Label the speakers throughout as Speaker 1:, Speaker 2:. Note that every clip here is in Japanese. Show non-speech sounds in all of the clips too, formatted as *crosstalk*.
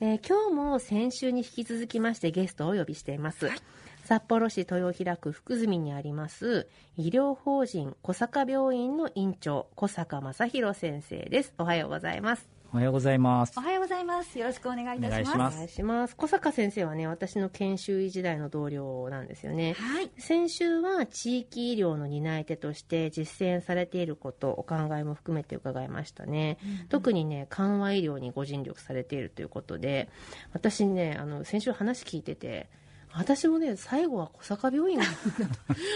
Speaker 1: えー今日も先週に引き続きましてゲストをお呼びしています、札幌市豊平区福住にあります医療法人小坂病院の院長小坂正弘先生ですおはようございます
Speaker 2: おはようございます
Speaker 3: お。はようございます。よろしくお願いいたします。
Speaker 2: お願
Speaker 1: お願いします小坂先生はね私の研修医時代の同僚なんですよね
Speaker 3: はい。
Speaker 1: 先週は地域医療の担い手として実践されていることお考えも含めて伺いましたね、特にね緩和医療にご尽力されているということで私ねあの先週話聞いてて私もね最後は小坂病院がいい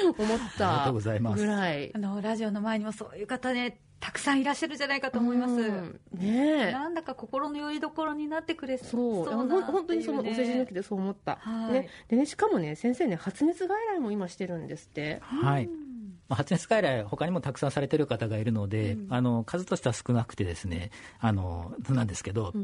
Speaker 1: なと思っ
Speaker 2: ありがと
Speaker 1: た
Speaker 2: うございま
Speaker 1: ぐ
Speaker 2: す
Speaker 1: らい
Speaker 3: あの、ラジオの前にもそういう方ね、たくさんいらっしゃるんじゃないかと思います。
Speaker 1: うんねえ
Speaker 3: なんだか心の拠り所になってくれ
Speaker 1: そう
Speaker 3: な
Speaker 1: ほん本当にそのお世辞抜き
Speaker 3: で。
Speaker 1: でそう思った、
Speaker 3: はい
Speaker 1: ねでねしかもね先生ね発熱外来も今してるんですって
Speaker 2: はい。まあ、発熱外来、他にもたくさんされてる方がいるので、あの、数としては少なくてですね、あの、なんですけど、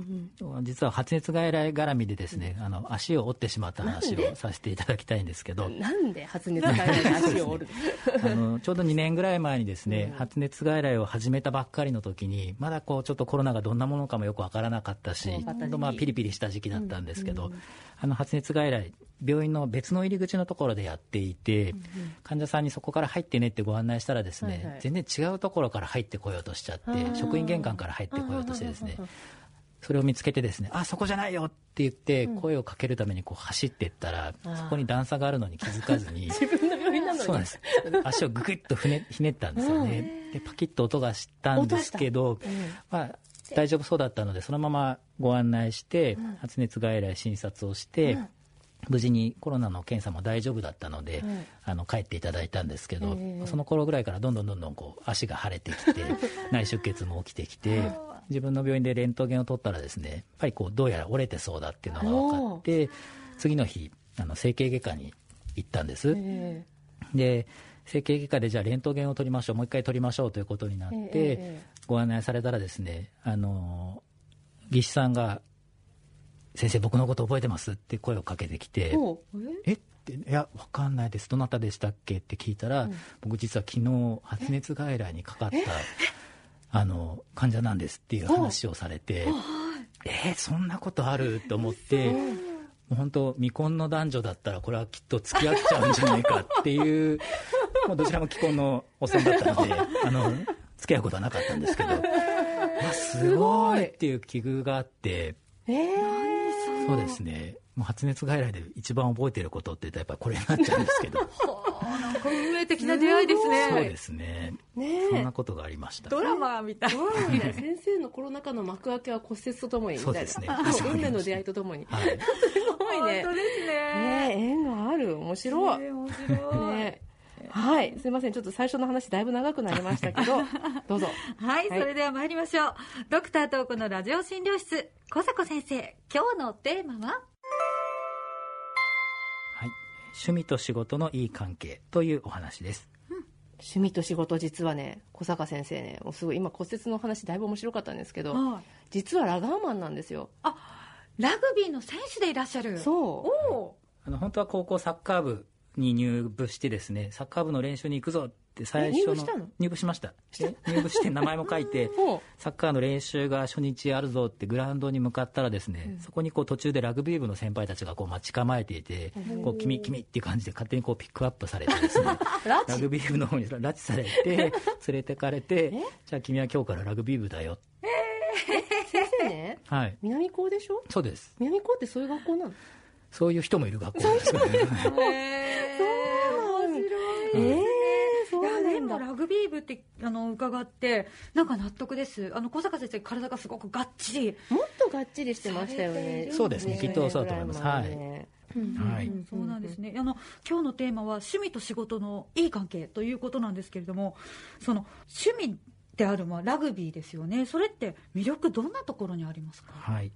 Speaker 2: 実は発熱外来絡みでですね、あの、足を折ってしまった話
Speaker 1: なん
Speaker 2: をさせていただきたいんですけど、
Speaker 1: なんで発熱外来で足を折るの
Speaker 2: あのちょうど2年ぐらい前にですね、
Speaker 1: うん
Speaker 2: 発熱外来を始めたばっかりの時に、まだこうちょっとコロナがどんなものかもよくわからなかったし、
Speaker 1: 怖かった時期
Speaker 2: まあ、ピリピリした時期だったんですけど、あの発熱外来、病院の別の入り口のところでやっていて、患者さんにそこから入ってねってご案内したら、ですね、
Speaker 1: はいはい
Speaker 2: 全然違うところから入ってこようとしちゃって
Speaker 1: あー、
Speaker 2: 職員玄関から入ってこようとしてですね
Speaker 1: あー。
Speaker 2: それを見つけてですね、あ、そこじゃないよって言って、声をかけるためにこう走っていったら、
Speaker 1: あー
Speaker 2: そこに段差があるのに気づかずに、
Speaker 1: *laughs* 自分の病院なのに
Speaker 2: そうなんです。 *laughs* 足をぐぐっとふねひねったんですよね。で、パキッと音がしたんですけど、まあ、大丈夫そうだったので、そのままご案内して、発熱外来診察をして、無事にコロナの検査も大丈夫だったので、
Speaker 1: うん
Speaker 2: あの帰っていただいたんですけど、
Speaker 1: ええ
Speaker 2: その頃ぐらいからどんどんどんどんこう足が腫れて *laughs* きて内出血も起きてきて自分の病院でレントゲンを取ったらですねやっぱりこうどうやら折れてそうだっていうのが分かって次の日あの整形外科に行ったんです。
Speaker 1: え
Speaker 2: で整形外科でじゃあレントゲンを取りましょうもう一回取りましょうということになって、
Speaker 1: ええええ
Speaker 2: ご案内されたらですねあの技師さんが「先生僕のこと覚えてます」って声をかけてきて
Speaker 1: えおう
Speaker 2: 「えっ?」て「いやわかんないですどなたでしたっけ?」って聞いたら、僕実は昨日発熱外来にかかったあの患者なんですっていう話をされて「えーそんなことある?」と思って。もう本当未婚の男女だったらこれはきっと付き合っちゃうんじゃないかっていう *laughs* もうどちらも既婚のおっさんだったのであの付き合うことはなかったんですけど、まあ、すごいっていう奇遇があって
Speaker 1: ええ
Speaker 2: そうですねもう発熱外来で一番覚えてることって言ったらやっぱりこれになっちゃうんです
Speaker 1: *laughs*
Speaker 2: けど
Speaker 3: なんか運命的な出会いですね。
Speaker 2: そうですね
Speaker 1: ね
Speaker 2: そん
Speaker 1: え
Speaker 2: なことがありました
Speaker 3: ドラマみたい。
Speaker 1: 先生のコロナ禍の幕開けは骨折とともにみたいな
Speaker 2: そうですね
Speaker 1: 運命の出会いとともにす
Speaker 2: はい、
Speaker 1: ごいね
Speaker 3: 本当ですね。
Speaker 1: ねえ縁がある面白い
Speaker 3: ね
Speaker 1: ね
Speaker 3: え面白い。
Speaker 1: えはいすいませんちょっと最初の話だいぶ長くなりました
Speaker 2: *laughs*
Speaker 1: けどどうぞ
Speaker 3: はい、
Speaker 1: はい
Speaker 3: それでは参りましょう。ドクタートークのラジオ診療室、小坂先生、今日のテーマは
Speaker 2: はい、趣味と仕事のいい関係というお話です
Speaker 1: 趣味と仕事実はね小坂先生ねもうすごい今骨折の話だいぶ面白かったんですけど
Speaker 3: は
Speaker 1: 実はラガーマンなんですよ
Speaker 3: ラグビーの選手でいらっしゃる。う。
Speaker 1: そう
Speaker 3: お
Speaker 2: あの本当は高校サッカー部に入部してですねサッカー部の練習に行くぞって最初
Speaker 1: え入部したの
Speaker 2: 入部しましたえ入部して名前も書い
Speaker 1: *laughs*
Speaker 2: て
Speaker 1: ほ
Speaker 2: サッカーの練習が初日あるぞってグラウンドに向かったらですね、そこにこう途中でラグビー部の先輩たちがこう待ち構えていて、こう君君っていう感じで勝手にこうピックアップされてですね
Speaker 1: ラ
Speaker 2: ラ
Speaker 1: ジ
Speaker 2: グビー部の方に拉致され *laughs* て連れてかれてじゃあ君は今日からラグビー部だよ
Speaker 1: 先生ね
Speaker 2: はい
Speaker 1: 南高でしょ
Speaker 2: そうです
Speaker 1: 南高ってそういう学校なの
Speaker 2: そういう人もいる学校ですよね
Speaker 3: お。へ
Speaker 1: そうなん
Speaker 3: 面白い。
Speaker 1: ええ
Speaker 3: い
Speaker 1: そう
Speaker 3: や
Speaker 1: な
Speaker 3: で
Speaker 1: ん
Speaker 3: も
Speaker 1: だ
Speaker 3: ラグビー部ってあの伺ってなんか納得ですあの小坂先生体がすごくがっちり
Speaker 1: もっとがっちりしてましたよね。
Speaker 2: そうですね
Speaker 1: 20
Speaker 2: きっとそうだと思います
Speaker 1: ぐら前ね
Speaker 2: はい
Speaker 3: うんそうなんですねあの今日のテーマは趣味と仕事のいい関係ということなんですけれどもその趣味であるまあラグビーですよねそれって魅力どんなところにありますか
Speaker 2: *laughs* はい、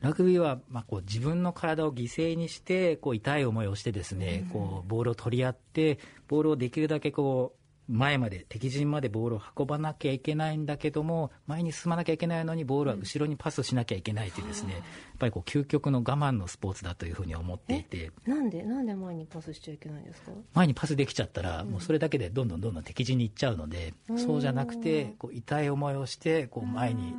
Speaker 2: ラグビーは、まあ、こう自分の体を犠牲にしてこう痛い思いをしてですね、こうボールを取り合ってボールをできるだけこう前まで敵陣までボールを運ばなきゃいけないんだけども前に進まなきゃいけないのにボールは後ろにパスしなきゃいけないというですね、やっぱりこう究極の我慢のスポーツだというふうに思っていて。
Speaker 1: なんでなんで前にパスしちゃいけないんですか。
Speaker 2: 前にパスできちゃったら、もうそれだけでどんどんどんどん敵陣に行っちゃうので、そうじゃなくてこう痛い思いをしてこう前に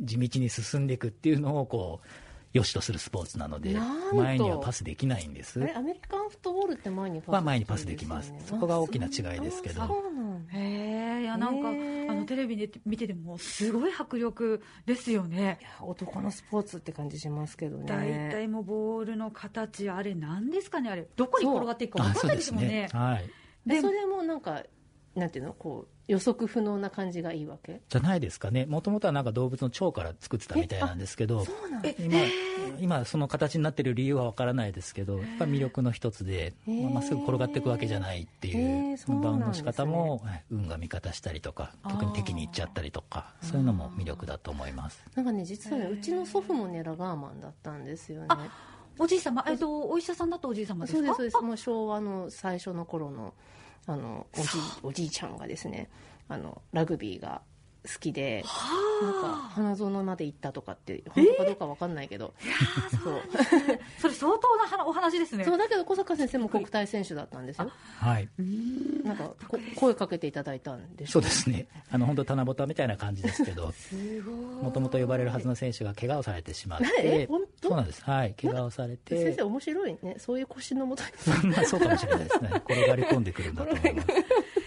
Speaker 2: 地道に進んでいくっていうのをこう良しとするスポーツなので
Speaker 1: なんと
Speaker 2: 前にはパスできないんです
Speaker 1: あれアメリカンフットボールって前にパス
Speaker 2: は前にパスできますそこが大きな違いですけど
Speaker 1: あそうなんだ
Speaker 3: へえいやなんかあ
Speaker 1: へー
Speaker 3: のテレビで見ててもすごい迫力ですよね
Speaker 1: いや男のスポーツって感じしますけどね
Speaker 3: 大体もうボールの形あれ何ですかねあれどこに転がっていくか分かんないですもんね
Speaker 2: はい
Speaker 1: で
Speaker 3: で
Speaker 1: それもなんかなんていうのこう予測不能な感じがいいわけ
Speaker 2: じゃないですかねもともとはなんか動物の腸から作ってたみたいなんですけど
Speaker 1: そうなんだ
Speaker 3: え
Speaker 2: 今今その形になってる理由はわからないですけどやっぱり魅力の一つで
Speaker 1: へー
Speaker 2: まあまっすぐ転がっていくわけじゃないってい
Speaker 1: へー
Speaker 2: う
Speaker 1: そうなんですね
Speaker 2: バウンドの仕方もはい運が味方したりとか特に敵に行っちゃったりとかそういうのも魅力だと思います
Speaker 1: なんかね実はね
Speaker 3: へー
Speaker 1: うちの祖父もねラガーマンだったんですよね
Speaker 3: おじい様えっとお医者さんだとおじい様ですか
Speaker 1: そうですそうですもう昭和の最初の頃のあのおじいおじいちゃんがですねあのラグビーが好きでなんか
Speaker 3: はあ
Speaker 1: 花園まで行ったとかって本当かどうかわかんないけど、そう
Speaker 3: それ相当な話お話ですね
Speaker 1: そうだけど小坂先生も国体選手だったんですよ
Speaker 2: はい
Speaker 1: なんかこ声かけていただいたんでしょ
Speaker 2: そうですねあの本当七夕みたいな感じですけど
Speaker 3: すごい
Speaker 2: もともと呼ばれるはずの選手が怪我をされてしまっ
Speaker 1: え
Speaker 2: て
Speaker 1: 本当
Speaker 2: そうなんですはい怪我をされ
Speaker 1: 先
Speaker 2: て
Speaker 1: 生面白いねそういう腰のもとに
Speaker 2: *laughs* まあそうかもしれないですね転がり込んでくるんだと思います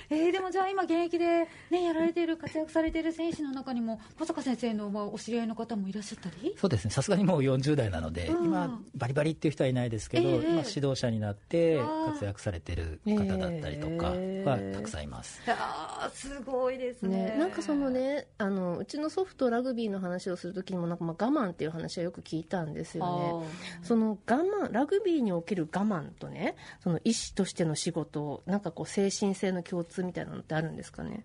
Speaker 3: えー、でもじゃあ今現役で、ね、やられている活躍されている選手の中にも小坂先生のまあお知り合いの方もいらっしゃったり
Speaker 2: そうですねさすがにもう40代なので、
Speaker 3: うん
Speaker 2: 今バリバリっていう人はいないですけど、
Speaker 3: ええ
Speaker 2: 今指導者になって
Speaker 3: あー
Speaker 2: 活躍されてる方だったりとか
Speaker 1: ええ
Speaker 2: はたくさんいます、
Speaker 3: あーすごいですね
Speaker 1: ね、なんかそのねあのうちの祖父とラグビーの話をするときにもなんかまあ我慢っていう話はよく聞いたんですよねその我慢ラグビーにおける我慢とねその医師としての仕事なんかこう精神性の共通みたいなのってあるんですかね
Speaker 2: や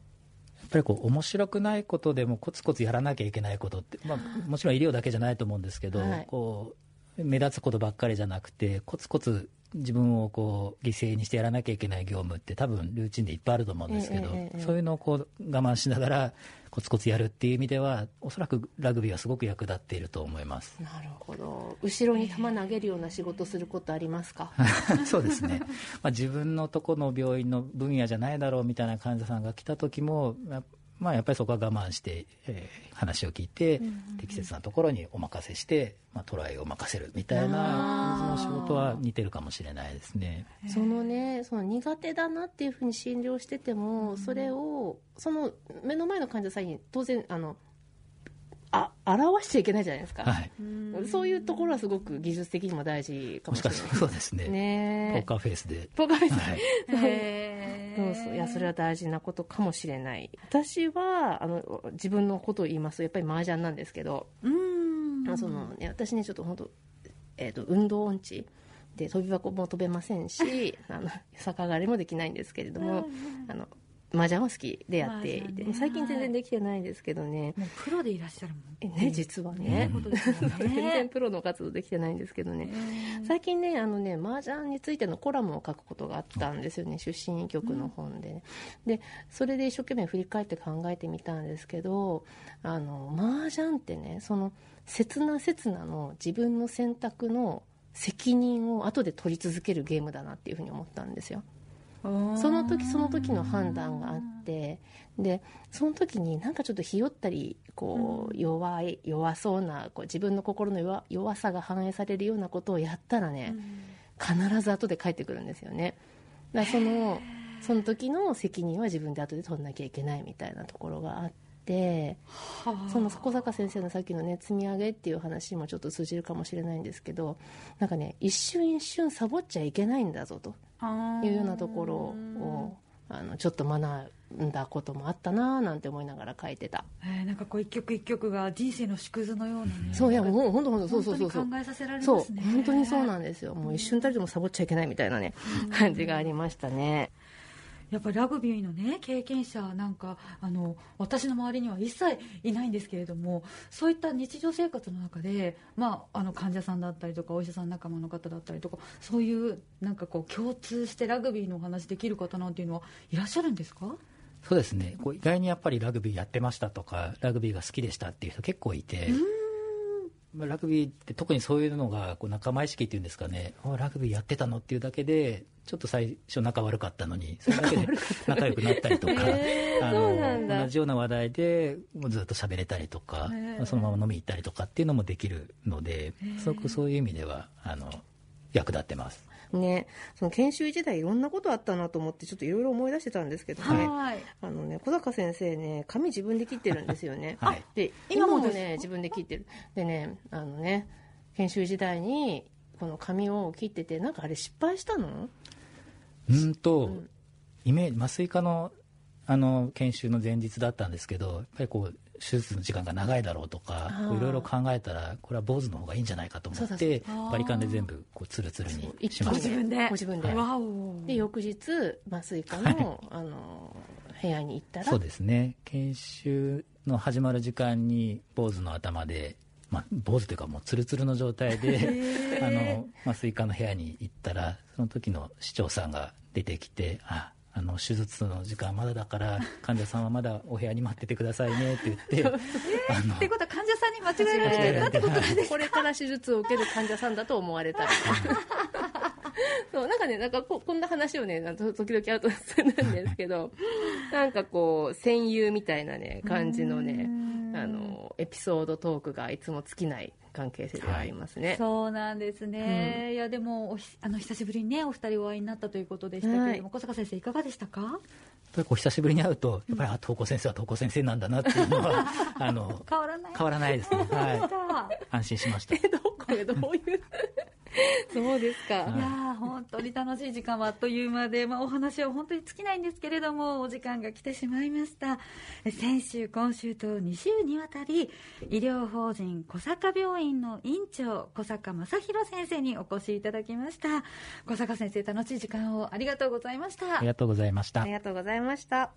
Speaker 2: っぱりこう面白くないことでもコツコツやらなきゃいけないことって、まあ、もちろん医療だけじゃないと思うんですけど、
Speaker 1: はい
Speaker 2: こう目立つことばっかりじゃなくてコツコツ自分をこう犠牲にしてやらなきゃいけない業務って多分ルーチンでいっぱいあると思うんですけ
Speaker 1: え
Speaker 2: ど、
Speaker 1: えええええ
Speaker 2: そういうのをこう我慢しながらコツコツやるっていう意味ではおそらくラグビーはすごく役立っていると思います。
Speaker 1: なるほど後ろに球投げるような仕事することありますか *laughs*
Speaker 2: そうですね、まあ、自分のとこの病院の分野じゃないだろうみたいな患者さんが来た時も、やまあ、やっぱりそこは我慢して、えー話を聞いて、適切なところにお任せして、まあ、トライを任せるみたい
Speaker 1: あ
Speaker 2: な、
Speaker 1: ー
Speaker 2: その仕事は似てるかもしれないですね。
Speaker 1: そのねその苦手だなっていうふうに診療しててもそれをその目の前の患者さんに当然あのあ表しちゃいけないじゃないですか、
Speaker 2: はい、
Speaker 1: そういうところはすごく技術的にも大事かも
Speaker 2: もし
Speaker 1: しれ
Speaker 2: か
Speaker 1: ない
Speaker 2: するとそうですね、ポ
Speaker 1: ね
Speaker 2: ーカーフェイスで。
Speaker 1: ポーカーフェイス
Speaker 2: はい、
Speaker 3: へ
Speaker 1: そうそういやそれは大事なことかもしれない私はあの自分のことを言いますとやっぱり麻雀なんですけど、
Speaker 3: うーん
Speaker 1: あそのね、私ねちょっと本当、えー、と運動音痴で飛び箱も飛べませんし
Speaker 3: *laughs*
Speaker 1: あの逆上がりもできないんですけれども、あの麻雀は好きでやってい
Speaker 3: 麻
Speaker 1: て、
Speaker 3: 雀ね
Speaker 1: もう最近全然できてないですけどね
Speaker 3: もうプロでいらっしゃるもん
Speaker 1: えね実はね
Speaker 3: ということですよ
Speaker 1: 全然
Speaker 3: ね
Speaker 1: プロの活動できてないんですけどね
Speaker 3: えー
Speaker 1: 最近ねあのね麻雀についてのコラムを書くことがあったんですよね出身局の本で、ねでそれで一生懸命振り返って考えてみたんですけどあの麻雀ってねその刹那刹那の自分の選択の責任を後で取り続けるゲームだなっていうふうに思ったんですよその時その時の判断があってでその時になんかちょっとひよったりこう弱い弱そうなこう自分の心の弱弱さが反映されるようなことをやったらね必ず後で帰ってくるんですよねだからそのその時の責任は自分で後で取んなきゃいけないみたいなところがあってその小坂先生のさっきのね積み上げっていう話にもちょっと通じるかもしれないんですけどなんかね一瞬一瞬サボっちゃいけないんだぞと。いうようなところをあのちょっと学んだこともあったなぁなんて思いながら書いてた、
Speaker 3: えーなんかこう一曲一曲が人生の縮図のようなね
Speaker 1: そういやもう本当本当そうそうそうそう
Speaker 3: 本当に考えさせられ
Speaker 1: そ
Speaker 3: ま
Speaker 1: う
Speaker 3: すね
Speaker 1: 本当にそうなんですよもう一瞬たりともサボっちゃいけないみたいなね感じがありましたね
Speaker 3: やっぱりラグビーのね経験者なんかあの私の周りには一切いないんですけれどもそういった日常生活の中で、まあ、あの患者さんだったりとかお医者さん仲間の方だったりとかそういうなんかこう共通してラグビーのお話できる方なんていうのはいらっしゃるんですか
Speaker 2: そうですねこう意外にやっぱりラグビーやってましたとかラグビーが好きでしたっていう人結構いてラグビーって特にそういうのがこう仲間意識っていうんですかね、あラグビーやってたのっていうだけで、ちょっと最初仲悪かったのに、それだけで仲良くなったりとか、あ
Speaker 1: そうなんだ
Speaker 2: の同じような話題でもうずっと喋れたりとか
Speaker 3: へ、ー
Speaker 2: そのまま飲み行ったりとかっていうのもできるので
Speaker 3: ー、
Speaker 2: すごくそういう意味では、あの、役立ってます。。
Speaker 1: ね、その研修時代いろんなことあったなと思ってちょっといろいろ思い出してたんですけどね、
Speaker 3: はい
Speaker 1: あのね小坂先生ね髪自分で切ってるんですよね
Speaker 3: *laughs*
Speaker 2: はい
Speaker 1: で今
Speaker 3: 今も
Speaker 1: も
Speaker 3: です
Speaker 1: ね自分で切ってる。でねあのね研修時代にこの髪を切っててなんかあれ失敗したの？
Speaker 2: うんと、
Speaker 1: ん
Speaker 2: イメージ麻酔科のあの研修の前日だったんですけどやっぱりこう手術の時間が長いだろうとか
Speaker 1: あー
Speaker 2: こういろいろ考えたらこれは坊主の方がいいんじゃないかと思
Speaker 1: そ
Speaker 2: っ
Speaker 1: うだ
Speaker 2: て
Speaker 3: そうだあー
Speaker 2: バリカンで全部こうツルツルにしま
Speaker 3: ご
Speaker 2: し
Speaker 3: 自
Speaker 2: た
Speaker 3: 分で
Speaker 1: ご自分で。
Speaker 3: わお
Speaker 1: で翌日麻酔科のあの部屋に行ったら
Speaker 2: そうですね研修の始まる時間に坊主の頭で、まあ、坊主というかもうツルツルの状態
Speaker 1: *laughs*
Speaker 2: であの麻酔科の部屋に行ったらその時の市長さんが出てきて「ああの手術の時間まだだから患者さんはまだお部屋に待っててくださいね」って言ってあの
Speaker 3: ってことは患者さんに間違えられて
Speaker 1: え
Speaker 3: る
Speaker 1: ー
Speaker 2: 間違えられて
Speaker 1: *laughs*
Speaker 2: る
Speaker 1: これから手術を受ける患者さんだと思われたいそうなんかねなんかここんな話をねなんか時々あとするんですけどなんかこう戦友みたいなね感じのねあのエピソードトークがいつも尽きない関係性ではありますね、
Speaker 3: そうなんですね、いやでもおひあの久しぶりにねお二人お会いになったということでしたけれども、
Speaker 1: はい
Speaker 3: 小坂先生いかがでしたか
Speaker 2: やっぱりこう久しぶりに会うとやっぱりあ東光先生は東光先生なんだなっていうのはあの
Speaker 3: 変わらない
Speaker 2: 変わらないですね、は
Speaker 3: わ
Speaker 2: い、安心しまし
Speaker 1: *laughs*
Speaker 2: た
Speaker 1: えどこへどういうそうですか、
Speaker 3: い
Speaker 2: はい
Speaker 3: やー本当に楽しい時間はあっという間で、まあ、お話は本当に尽きないんですけれどもお時間が来てしまいましたえ先週今週と2週にわたり医療法人小坂病院の院長小坂正弘先生にお越しいただきました小坂先生楽しい時間をありがとうございました
Speaker 2: ありがとうございました
Speaker 1: ありがとうございました